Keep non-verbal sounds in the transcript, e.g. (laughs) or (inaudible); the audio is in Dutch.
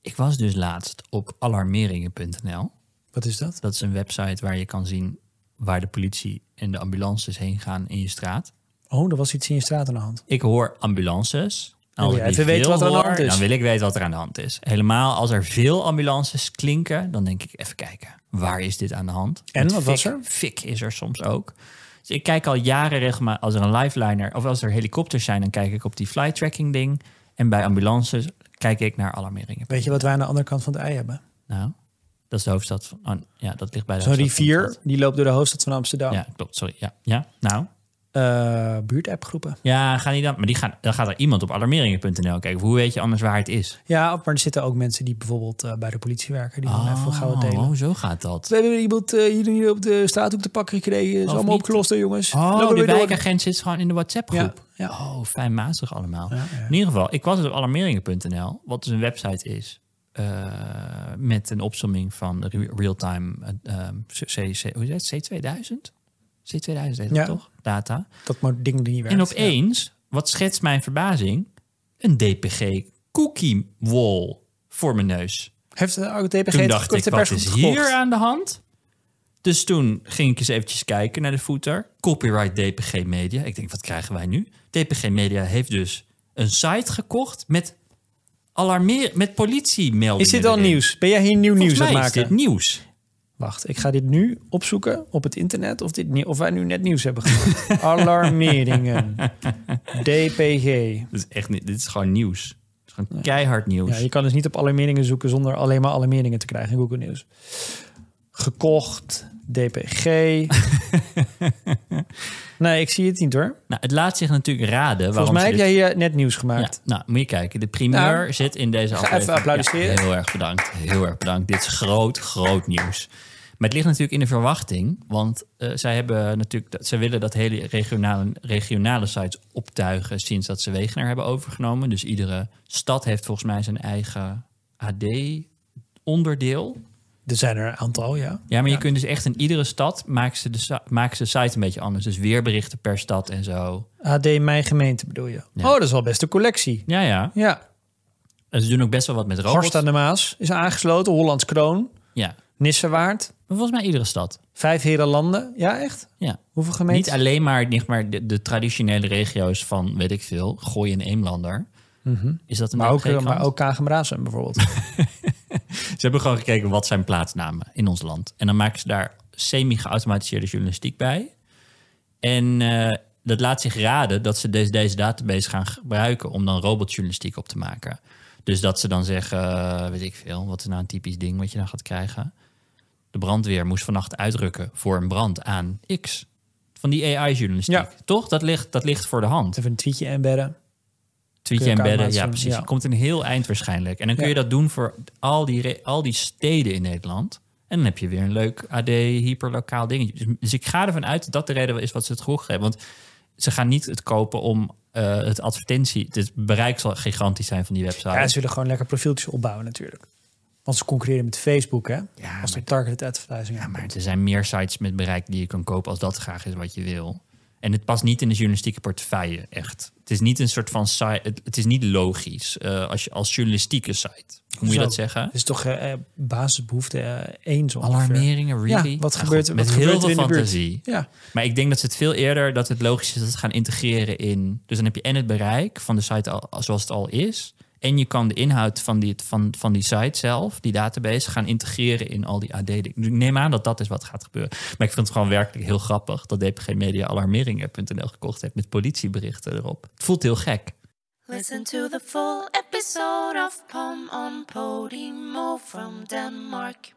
Ik was dus laatst op alarmeringen.nl. Wat is dat? Dat is een website waar je kan zien waar de politie en de ambulances heen gaan in je straat. Oh, er was iets in je straat aan de hand. Ik hoor ambulances. En Als Wil ik die je even weten veel wat er aan de hoor, hand is? Dan wil ik weten wat er aan de hand is. Helemaal als er veel ambulances klinken, dan denk ik even kijken. Waar is dit aan de hand? En, Want wat fik- was er? Fik is er soms ook. Dus ik kijk al jaren regelmatig als er een lifeliner of als er helikopters zijn, dan kijk ik op die flight tracking ding. En bij ambulances kijk ik naar alarmeringen. Weet je wat wij aan de andere kant van het ei hebben? Nou, dat is de hoofdstad van. oh, ja, dat ligt bij de Zo'n hoofdstad van het rivier, die loopt door de hoofdstad van Amsterdam. land. Ja, klopt. Sorry. Ja, ja. nou. Eh, buurtappgroepen. Ja, gaan die dan. Maar die gaan, dan gaat er iemand op alarmeringen.nl kijken. Hoe weet je anders waar het is? Ja, maar er zitten ook mensen die bijvoorbeeld eh, bij de politie werken. Die dan even gauw delen. Oh, zo gaat dat. We hebben iemand eh, hier, hier op de straathoek te pakken gekregen. Is Of allemaal niet? opgelost, hè, jongens. Lopen Oh, we de weer door. wijkagent zit gewoon in de WhatsApp-groep. Ja, Oh, fijnmazig allemaal. Ja, ja. In ieder geval, ik was dus op alarmeringen.nl, wat dus een website is. eh, met een opsomming van re- real-time eh, ehm, C, C, hoe heet het? C2000? C2000 heet Ja. dat toch? Data. Dat maar ding die niet werkt. En Ja. opeens, wat schetst mijn verbazing? Een DPG cookie wall voor mijn neus. Heeft eh, de oude DPG Toen het dacht ik, gekochte wat persgroep is gekocht? hier aan de hand? Dus toen ging ik eens eventjes kijken naar de footer. Copyright DPG Media. Ik denk, wat krijgen wij nu? DPG Media heeft dus een site gekocht met, alarmeer, met politiemeldingen. Is dit al erin. nieuws? Ben jij hier nieuw Volgens nieuws aan het mij is maken? dit nieuws. Wacht, ik ga dit nu opzoeken op het internet of, dit, nie- of wij nu net nieuws hebben gemaakt. (laughs) (laughs) Alarmeringen. DPG. Dit is, echt, niet- dit is gewoon nieuws. Het is gewoon keihard nieuws. Ja, je kan dus niet op alarmeringen zoeken zonder alleen maar alarmeringen te krijgen in Google News. Gekocht, (laughs) DPG. nee, ik zie het niet hoor. Nou, het laat zich natuurlijk raden. waarom Volgens mij ze heb dit jij hier net nieuws gemaakt. Ja, nou, moet je kijken. De primeur Nou, zit in deze even aflevering. applaudisseren. Ja, heel erg bedankt. Heel erg bedankt. Dit is groot, groot nieuws. Maar het ligt natuurlijk in de verwachting. Want eh, zij, hebben natuurlijk, dat, zij willen dat hele regionale, regionale sites optuigen... sinds dat ze Wegener hebben overgenomen. Dus iedere stad heeft volgens mij zijn eigen AD-onderdeel. Er zijn er een aantal, ja. Ja, maar je kunt dus echt in iedere stad... maken ze de, si- maken ze de site een beetje anders. Dus weerberichten per stad en zo. AD Mijn Gemeente bedoel je. Oh, dat is wel best een collectie. Ja, ja. Ja, En ze doen ook best wel wat met robots. Horst aan de Maas is aangesloten. Hollands Kroon, Ja, Nissewaard, maar volgens mij iedere stad. Vijf Herenlanden. Ja, echt? Ja. Hoeveel Niet gemeenten? alleen maar, niet maar de, de traditionele regio's van, weet ik veel, Gooi en Eemlander. Is dat een maar ook, eh, DPG-krant? maar ook Kagen Brazem (laughs) bijvoorbeeld. Ze hebben gewoon gekeken wat zijn plaatsnamen in ons land. En dan maken ze daar semi-geautomatiseerde journalistiek bij. En eh, dat laat zich raden dat ze deze, deze database gaan gebruiken om dan robotjournalistiek op te maken. Dus dat ze dan zeggen, eh, weet ik veel, wat is nou een typisch ding wat je dan gaat krijgen. De brandweer moest vannacht uitrukken voor een brand aan X. Van die AI-journalistiek. Ja. Toch? Dat ligt, dat ligt voor de hand. Even een tweetje embedden. Tweetje Kun je elkaar embedden, ja laten zien, precies. ja. Je komt een heel eind waarschijnlijk. En dan kun Ja. je dat doen voor al die, re- al die steden in Nederland. En dan heb je weer een leuk AD, hyperlokaal dingetje. Dus, dus ik ga ervan uit dat dat de reden is wat ze het geroeg hebben. Want ze gaan niet het kopen om eh, het advertentie... Het bereik zal gigantisch zijn van die website. Ja, ze willen gewoon lekker profieltjes opbouwen natuurlijk. Want ze concurreren met Facebook, hè? Ja, als maar- de targeted advertising. Ja, Ja, maar er zijn meer sites met bereik die je kan kopen als dat graag is wat je wil. En het past niet in de journalistieke portefeuille, echt. Het is niet een soort van site... Het, het is niet logisch eh, als, je, als journalistieke site. Hoe moet je Zo. dat zeggen? Het is toch eh, eh, basisbehoefte eh één zo ongeveer. Alarmeringen, really? Ja, wat Nou gebeurt goed, er Met wat heel gebeurt er veel in de buurt? fantasie. Ja, Maar ik denk dat ze het veel eerder, dat het logisch is dat ze het gaan integreren in... Dus dan heb je en het bereik van de site al, zoals het al is... en je kan de inhoud van die, van, van die site zelf, die database... gaan integreren in al die AD. dingen. Dus ik neem aan dat dat is wat gaat gebeuren. Maar ik vind het gewoon werkelijk heel grappig... dat DPG Media alarmeringen.nl gekocht heeft met politieberichten erop. Het voelt heel gek. Listen to the full episode of Pom on Podimo from Denmark.